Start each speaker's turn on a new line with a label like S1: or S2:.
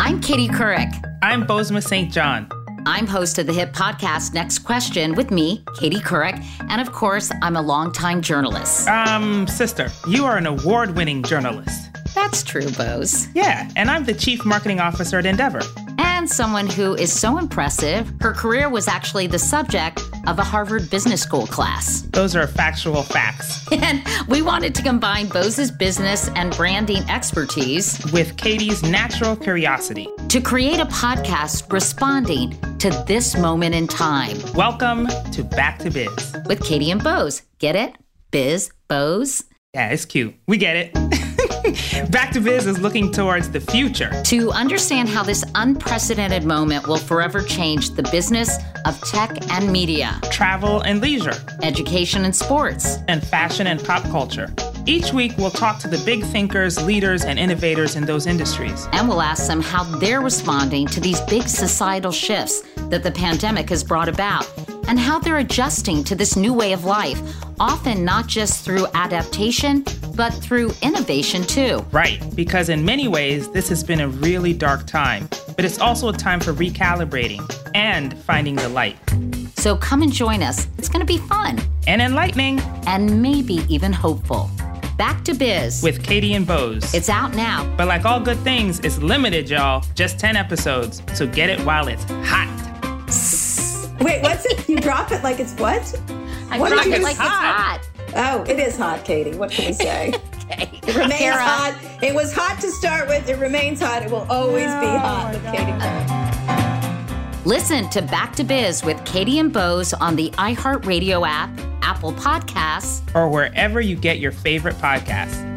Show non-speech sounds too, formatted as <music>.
S1: I'm Kitty Couric.
S2: I'm Bozema St. John.
S1: I'm host of the hit podcast Next Question with me, Katie Couric, and of course, I'm a longtime journalist.
S2: Um, sister, you are an award winning journalist.
S1: That's true, Bose.
S2: Yeah, and I'm the chief marketing officer at Endeavor.
S1: And someone who is so impressive, her career was actually the subject of a Harvard Business School class. <laughs>
S2: Those are factual facts.
S1: And we wanted to combine Bose's business and branding expertise
S2: With Katie's natural curiosity,
S1: to create a podcast responding to this moment in time
S2: welcome to Back to Biz.
S1: with Katie and Bose. Get it? Biz, Bose?
S2: Yeah, it's cute. We get it. <laughs> Back to Biz is looking towards the future.
S1: To understand how this unprecedented moment will forever change the business of tech and media,
S2: Travel and leisure,
S1: education and sports,
S2: and fashion and pop culture. Each week, we'll talk to the big thinkers, leaders, and innovators in those industries.
S1: and we'll ask them how they're responding to these big societal shifts that the pandemic has brought about and how they're adjusting to this new way of life, often not just through adaptation, but through innovation too.
S2: Right, because in many ways, this has been a really dark time, but it's also a time for recalibrating and finding the light
S1: So come and join us. It's going to be fun
S2: and enlightening
S1: and maybe even hopeful. Back to biz.
S2: with Katie and Bose.
S1: it's out now.
S2: but like all good things, it's limited, y'all. Just 10 episodes, so get it while it's hot.
S3: Wait, what's it? You drop it like it's what?
S1: I
S3: What
S1: drop
S3: did
S1: it
S3: you
S1: like
S2: say?
S1: it's hot.
S3: Oh, it is hot, Katie. What can we say? It remains
S1: Kara.
S3: hot. It was hot to start with. It remains hot. It will always be hot with Katie. Couric.
S1: Listen to Back to Biz with Katie and Bose on the iHeartRadio app, Apple Podcasts,
S2: Or wherever you get your favorite podcasts.